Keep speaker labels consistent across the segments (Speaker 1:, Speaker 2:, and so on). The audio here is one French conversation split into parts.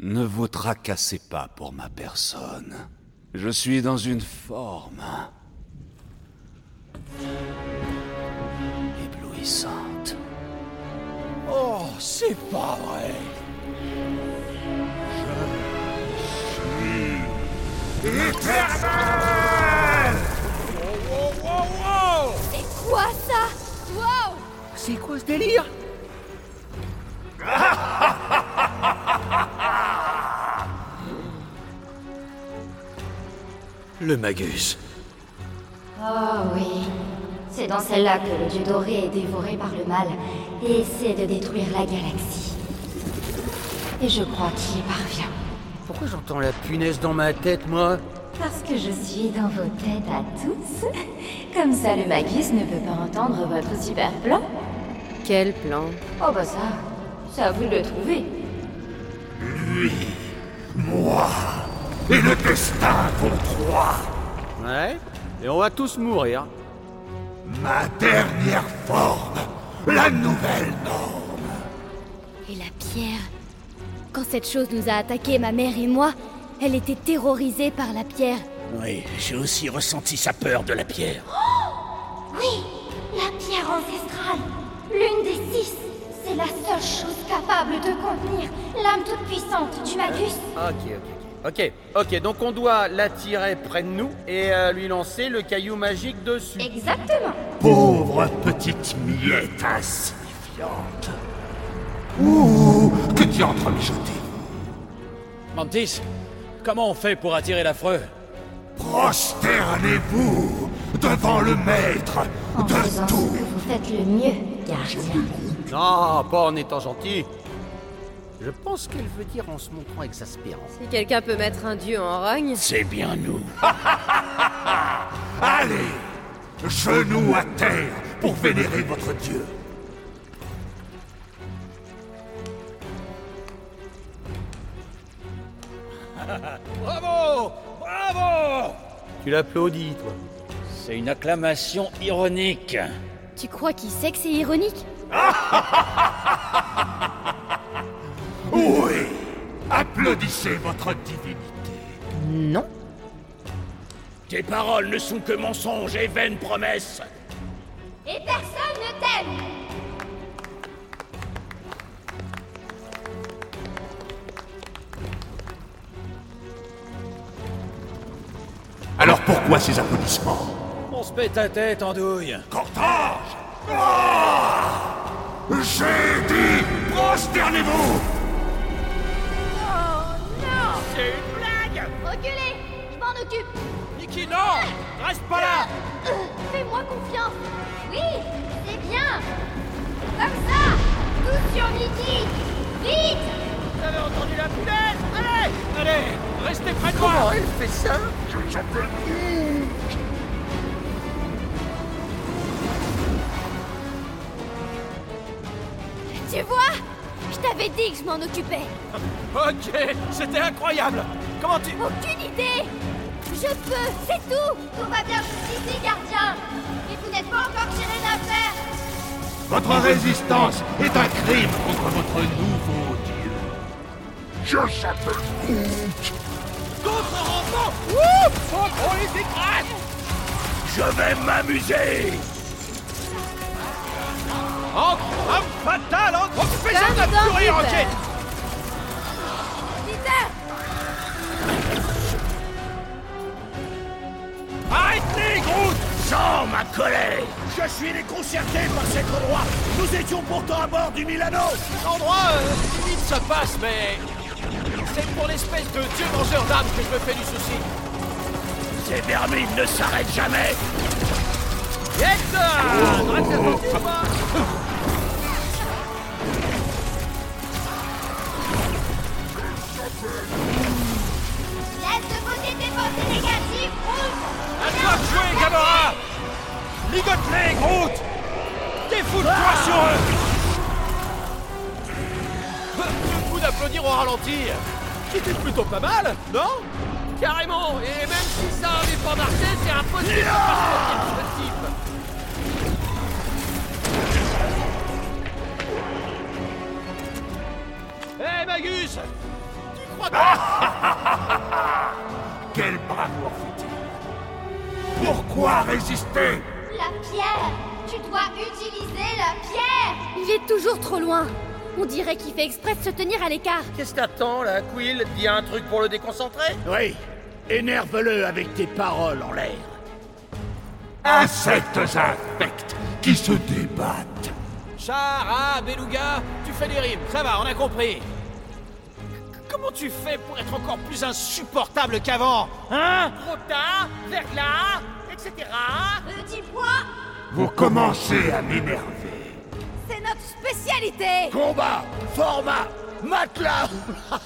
Speaker 1: Ne vous tracassez pas pour ma personne. Je suis dans une forme éblouissante.
Speaker 2: Oh, c'est pas vrai.
Speaker 3: C'est quoi ça Wow
Speaker 2: C'est quoi ce délire Le Magus.
Speaker 3: Oh oui. C'est dans celle-là que le dieu doré est dévoré par le mal et essaie de détruire la galaxie. Et je crois qu'il y parvient.
Speaker 2: Pourquoi j'entends la punaise dans ma tête, moi
Speaker 3: Parce que je suis dans vos têtes à tous. Comme ça, le magus ne peut pas entendre votre super plan.
Speaker 4: Quel plan
Speaker 3: Oh bah ça, c'est à vous de le trouver.
Speaker 2: Ouais. Et on va tous mourir.
Speaker 5: Ma dernière forme, la nouvelle norme.
Speaker 6: Et la pierre Quand cette chose nous a attaqués, ma mère et moi, elle était terrorisée par la pierre.
Speaker 7: Oui, j'ai aussi ressenti sa peur de la pierre.
Speaker 3: Oui, la pierre ancestrale, l'une des six. C'est la seule chose capable de contenir l'âme toute puissante du magus.
Speaker 2: Ah, Ok, ok, ok. Ok, ok, donc on doit l'attirer près de nous et euh, lui lancer le caillou magique dessus.
Speaker 3: Exactement.
Speaker 5: Pauvre petite miette insignifiante. Ouh, que tu es en train de jeter
Speaker 7: Mantis, comment on fait pour attirer l'affreux
Speaker 5: Prosternez-vous devant le maître
Speaker 3: En faisant
Speaker 5: de
Speaker 3: ce
Speaker 5: tout.
Speaker 3: que vous faites le mieux, gardien.
Speaker 2: Non, pas en étant gentil. Je pense qu'elle veut dire en se montrant exaspérant.
Speaker 4: Si quelqu'un peut mettre un dieu en rogne,
Speaker 7: C'est bien nous.
Speaker 5: Allez, genoux à terre pour vénérer votre Dieu.
Speaker 7: Bravo Bravo
Speaker 2: Tu l'applaudis, toi.
Speaker 7: C'est une acclamation ironique.
Speaker 6: Tu crois qu'il sait que c'est ironique
Speaker 5: Oui, applaudissez votre divinité.
Speaker 4: non.
Speaker 7: Tes paroles ne sont que mensonges et vaines promesses.
Speaker 3: Et personne ne t'aime.
Speaker 5: Alors pourquoi ces applaudissements
Speaker 7: On se pète la tête en douille.
Speaker 5: Cortège Ah J'ai dit prosternez-vous
Speaker 7: C'est une blague
Speaker 3: Reculez, je m'en occupe.
Speaker 7: Mickey, non Reste pas là
Speaker 3: Fais-moi confiance. Oui, c'est bien. Comme ça, tout sur Mickey. Vite
Speaker 7: Vous avez entendu la punaise Allez Allez Restez près de moi
Speaker 2: Oh, elle fait ça
Speaker 6: Tu vois Je t'avais dit que je m'en occupais.
Speaker 7: Ok, c'était incroyable Comment tu...
Speaker 6: Aucune idée Je peux, c'est tout
Speaker 3: Tout va bien jusqu'ici, gardien. Et vous n'êtes pas encore géré d'affaires.
Speaker 5: Votre résistance est un crime contre votre nouveau Dieu. Je s'appelle
Speaker 7: D'autres renforts Wouh Faut qu'on les écrase
Speaker 5: Je vais m'amuser
Speaker 7: Entre homme fatal, entre faisant de la
Speaker 4: Comme dans
Speaker 7: furie,
Speaker 4: Ripper.
Speaker 7: ok Arrête-les, Groot Sans ma colère Je suis déconcerté par cet endroit Nous étions pourtant à bord du Milano Cet endroit, euh, limite, ça passe, mais... C'est pour l'espèce de dieu mangeur d'âme que je me fais du souci Ces vermines ne s'arrêtent jamais Yes sir Droite la sortie, ou pas
Speaker 3: Laisse de côté tes pensées négatives, rouge.
Speaker 7: À toi de jouer, Gamora Ligote-les, Groot Défoule-toi
Speaker 8: Ah.
Speaker 7: sur eux Le coup d'applaudir au ralenti C'était plutôt pas mal, non Carrément Et même si ça avait pas marché, c'est impossible de pas se moquer de ce type.
Speaker 8: Eh,
Speaker 7: Hé Magus Tu
Speaker 1: Quelle bravoure fut-il Pourquoi résister
Speaker 6: La pierre Tu dois utiliser la pierre Il est toujours trop loin On dirait qu'il fait exprès de se tenir à l'écart.
Speaker 8: Qu'est-ce que t'attends là, Quill Dis un truc pour le déconcentrer
Speaker 9: Oui, énerve-le avec tes paroles en l'air.
Speaker 1: Insectes infects qui se débattent
Speaker 2: Char, ah, Beluga, tu fais des rimes, ça va, on a compris. Comment tu fais pour être encore plus insupportable qu'avant Hein
Speaker 8: Rota, verglas, etc.
Speaker 6: Petit point
Speaker 1: Vous commencez à m'énerver
Speaker 6: C'est notre spécialité
Speaker 9: Combat, format, matelas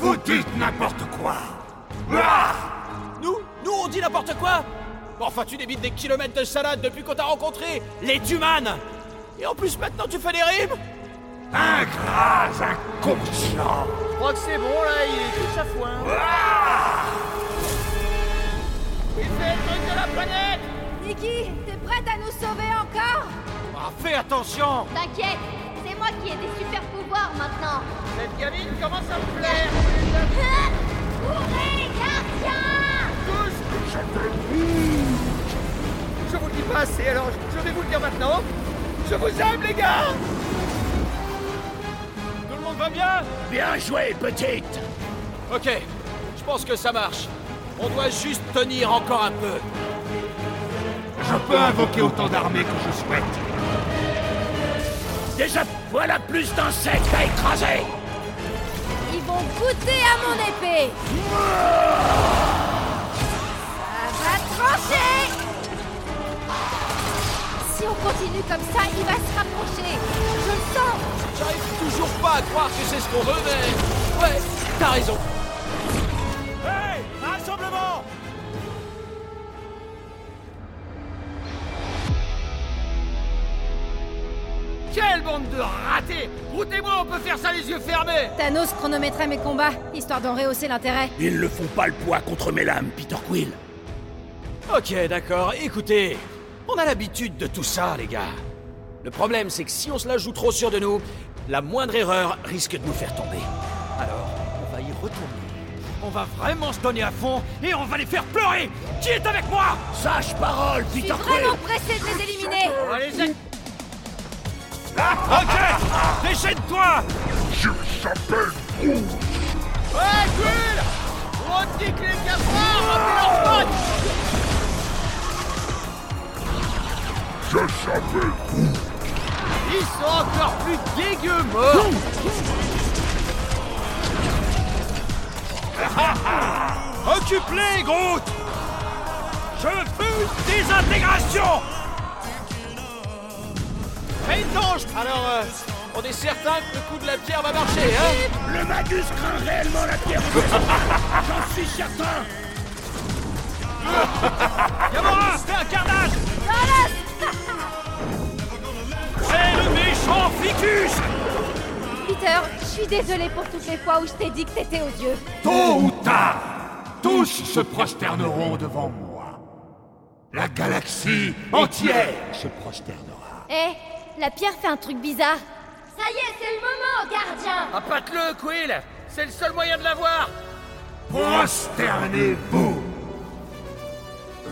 Speaker 1: Vous dites n'importe quoi Ah
Speaker 2: Nous Nous, on dit n'importe quoi Bon, Enfin, tu débites des kilomètres de salade depuis qu'on t'a rencontré, les Tumanes Et en plus, maintenant, tu fais des rimes
Speaker 1: Ingrats, inconscient
Speaker 8: Je crois que c'est bon là, il est tout hein. chafouin. Ah Il fait le truc de la planète
Speaker 6: Nikki, t'es prête à nous sauver encore
Speaker 2: Ah, fais attention
Speaker 6: T'inquiète, c'est moi qui ai des super pouvoirs maintenant
Speaker 8: Cette gamine commence à me plaire
Speaker 6: Courez, gardien
Speaker 8: Je vous le dis pas assez, alors je vais vous le dire maintenant. Je vous aime les gars
Speaker 2: Tout le monde va bien
Speaker 9: Bien joué, petite
Speaker 2: Ok, je pense que ça marche. On doit juste tenir encore un peu.
Speaker 1: Je peux invoquer autant d'armées que je souhaite
Speaker 9: Déjà, voilà plus d'insectes à écraser
Speaker 6: Ils vont goûter à mon épée Ça va trancher Si on continue comme ça, il va se rapprocher Je le sens
Speaker 2: J'arrive toujours pas à croire que c'est ce qu'on veut, mais... Ouais, t'as raison. Hey Rassemblement
Speaker 8: Quelle bande de ratés Vous et moi, on peut faire ça les yeux fermés
Speaker 4: Thanos chronométrait mes combats, histoire d'en rehausser l'intérêt.
Speaker 9: Ils ne font pas le poids contre mes lames, Peter Quill
Speaker 2: Ok, d'accord, écoutez, on a l'habitude de tout ça, les gars. Le problème, c'est que si on se la joue trop sûr de nous, la moindre erreur risque de nous faire tomber. Alors, on va y retourner. On va vraiment se donner à fond et on va les faire pleurer Qui est avec moi
Speaker 9: Sage parole,
Speaker 6: Je
Speaker 9: Peter
Speaker 6: suis vraiment
Speaker 9: Quill
Speaker 6: pressée de les éliminer
Speaker 8: On va les ac-
Speaker 2: Ah, Ok Déchaîne-toi
Speaker 1: Je s'appelle Rouge
Speaker 8: Ouais, Quill Retique les cafards remuez leurs potes
Speaker 1: Je s'appelle Rouge
Speaker 8: Ils sont encore plus dégueux morts
Speaker 2: Occupe-les, Groot Je veux désintégration Mais tange Alors, euh, on est certain que le coup de la pierre va marcher, hein
Speaker 9: Le Magus craint réellement la pierre J'en suis certain
Speaker 2: Gamora, fais un carnage C'est le méchant ficus
Speaker 6: Peter, je suis désolée pour toutes les fois où je t'ai dit que t'étais odieux
Speaker 1: Tôt ou tard, tous se prosterneront devant moi. La galaxie entière se prosternera.
Speaker 6: Hé, Eh, la pierre fait un truc bizarre Ça y est, c'est le moment, gardien
Speaker 8: Appâte-le, Quill C'est le seul moyen de l'avoir
Speaker 1: Prosternez-vous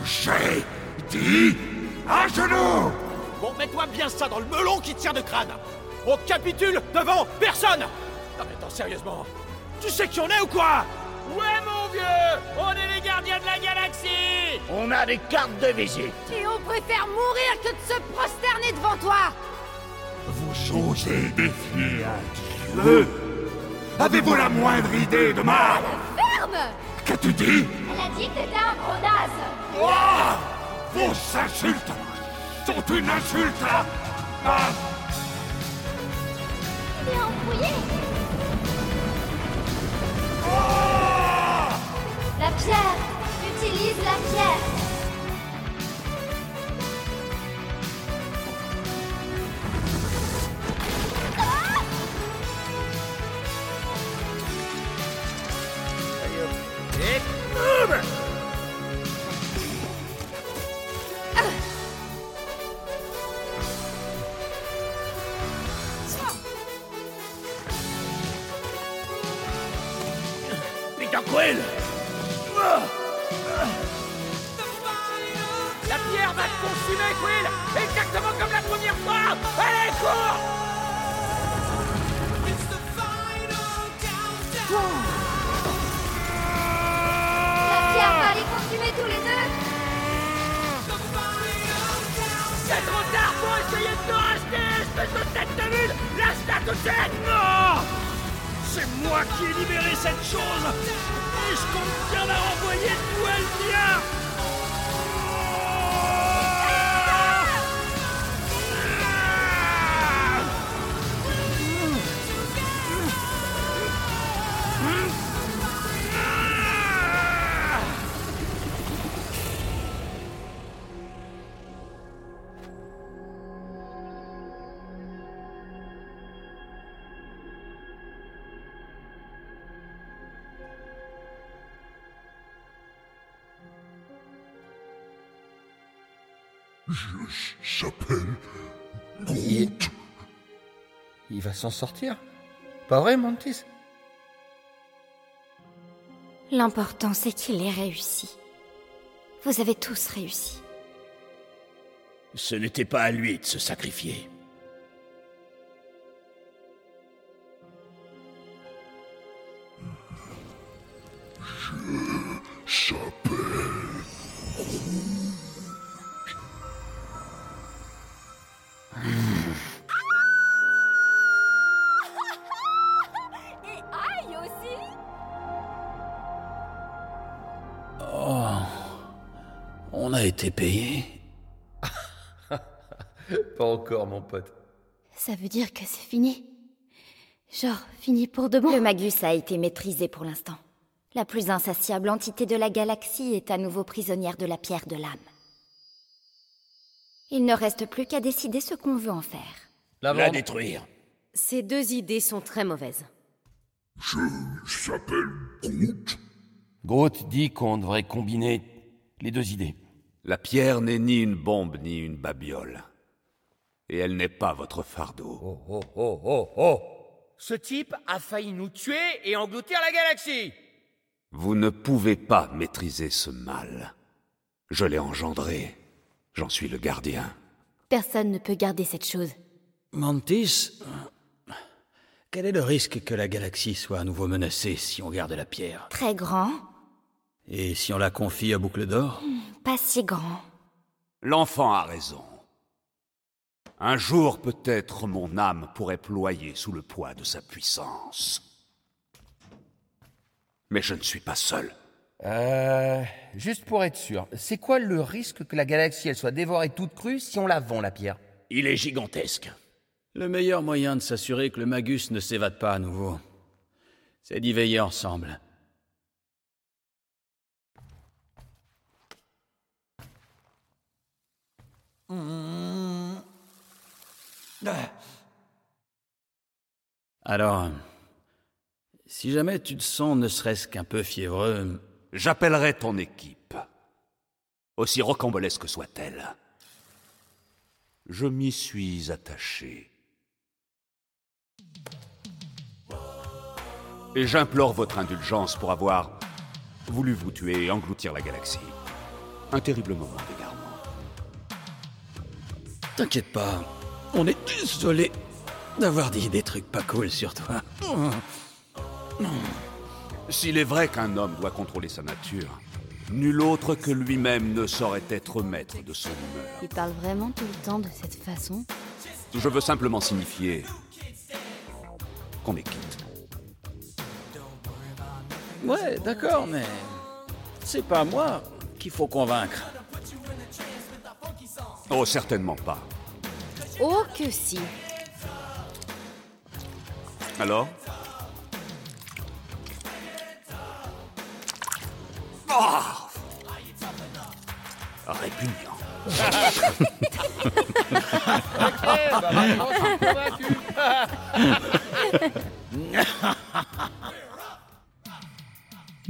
Speaker 1: J'ai dit à genoux
Speaker 2: Bon, mets-toi bien ça dans le melon qui tient de crâne On capitule devant personne Non mais attends, sérieusement Tu sais qui on est ou quoi
Speaker 8: Ouais, mon vieux On est les gardiens de la galaxie
Speaker 9: On a des cartes de visite
Speaker 6: Et on préfère mourir que de se prosterner devant toi
Speaker 1: Vous osez défier un dieu Avez-vous la moindre idée de ma...
Speaker 6: Ferme
Speaker 1: Qu'as-tu dit
Speaker 6: Elle a dit que t'étais un gros naze
Speaker 1: Moi Vos insultes sont une insulte à... à...
Speaker 6: T'es embrouillé La pierre Utilise la pierre
Speaker 8: Et
Speaker 7: Darkwing
Speaker 2: La pierre va te consumer, Quill Exactement comme la première fois Allez, cours
Speaker 3: La pierre va les consumer tous les deux
Speaker 2: C'est trop tard pour essayer de te racheter, espèce de tête de mule Lâche-la tout de suite
Speaker 7: Non C'est moi qui ai libéré cette chose Et je compte bien la renvoyer d'où elle vient
Speaker 5: J'appelle Groot.
Speaker 2: Il va s'en sortir Pas vrai, Mantis
Speaker 3: L'important, c'est qu'il ait réussi. Vous avez tous réussi.
Speaker 7: Ce n'était pas à lui de se sacrifier.
Speaker 6: Et aïe aussi
Speaker 1: On a été payé
Speaker 2: Pas encore, mon pote.
Speaker 6: Ça veut dire que c'est fini Genre, fini pour de bon
Speaker 3: Le Magus a été maîtrisé pour l'instant. La plus insatiable entité de la galaxie est à nouveau prisonnière de la pierre de l'âme. Il ne reste plus qu'à décider ce qu'on veut en faire.
Speaker 2: La
Speaker 7: La
Speaker 2: vente.
Speaker 7: détruire.
Speaker 10: Ces deux idées sont très mauvaises.
Speaker 5: Je s'appelle Groot.
Speaker 11: Groth dit qu'on devrait combiner les deux idées.
Speaker 1: La pierre n'est ni une bombe ni une babiole. Et elle n'est pas votre fardeau.
Speaker 2: Oh, oh, oh, oh Ce type a failli nous tuer et engloutir la galaxie
Speaker 1: Vous ne pouvez pas maîtriser ce mal. Je l'ai engendré. J'en suis le gardien.
Speaker 6: Personne ne peut garder cette chose.
Speaker 12: Mantis Quel est le risque que la galaxie soit à nouveau menacée si on garde la pierre
Speaker 3: Très grand,
Speaker 12: Et si on la confie à Boucle d'Or
Speaker 3: pas si grand.
Speaker 1: L'enfant a raison. Un jour, peut-être, mon âme pourrait ployer sous le poids de sa puissance. Mais je ne suis pas seul.
Speaker 13: Euh, juste pour être sûr, c'est quoi le risque que la galaxie elle soit dévorée toute crue si on la vend la pierre
Speaker 7: Il est gigantesque.
Speaker 12: Le meilleur moyen de s'assurer que le Magus ne s'évade pas à nouveau, c'est d'y veiller ensemble. Alors, si jamais tu te sens ne serait-ce qu'un peu fiévreux,
Speaker 1: J'appellerai ton équipe. Aussi rocambolesque soit-elle. Je m'y suis attaché. Et j'implore votre indulgence pour avoir voulu vous tuer et engloutir la galaxie. Un terrible moment d'égarement.
Speaker 12: t'inquiète pas, on est désolé d'avoir dit des trucs pas cool sur toi.
Speaker 1: S'il est vrai qu'un homme doit contrôler sa nature, nul autre que lui-même ne saurait être maître de son humeur.
Speaker 6: Il parle vraiment tout le temps de cette façon
Speaker 1: Je veux simplement signifier qu'on est quitte.
Speaker 12: Ouais, d'accord, mais c'est pas moi qu'il faut convaincre.
Speaker 1: Oh, certainement pas.
Speaker 10: Oh que si
Speaker 1: Alors Ah Répugnant.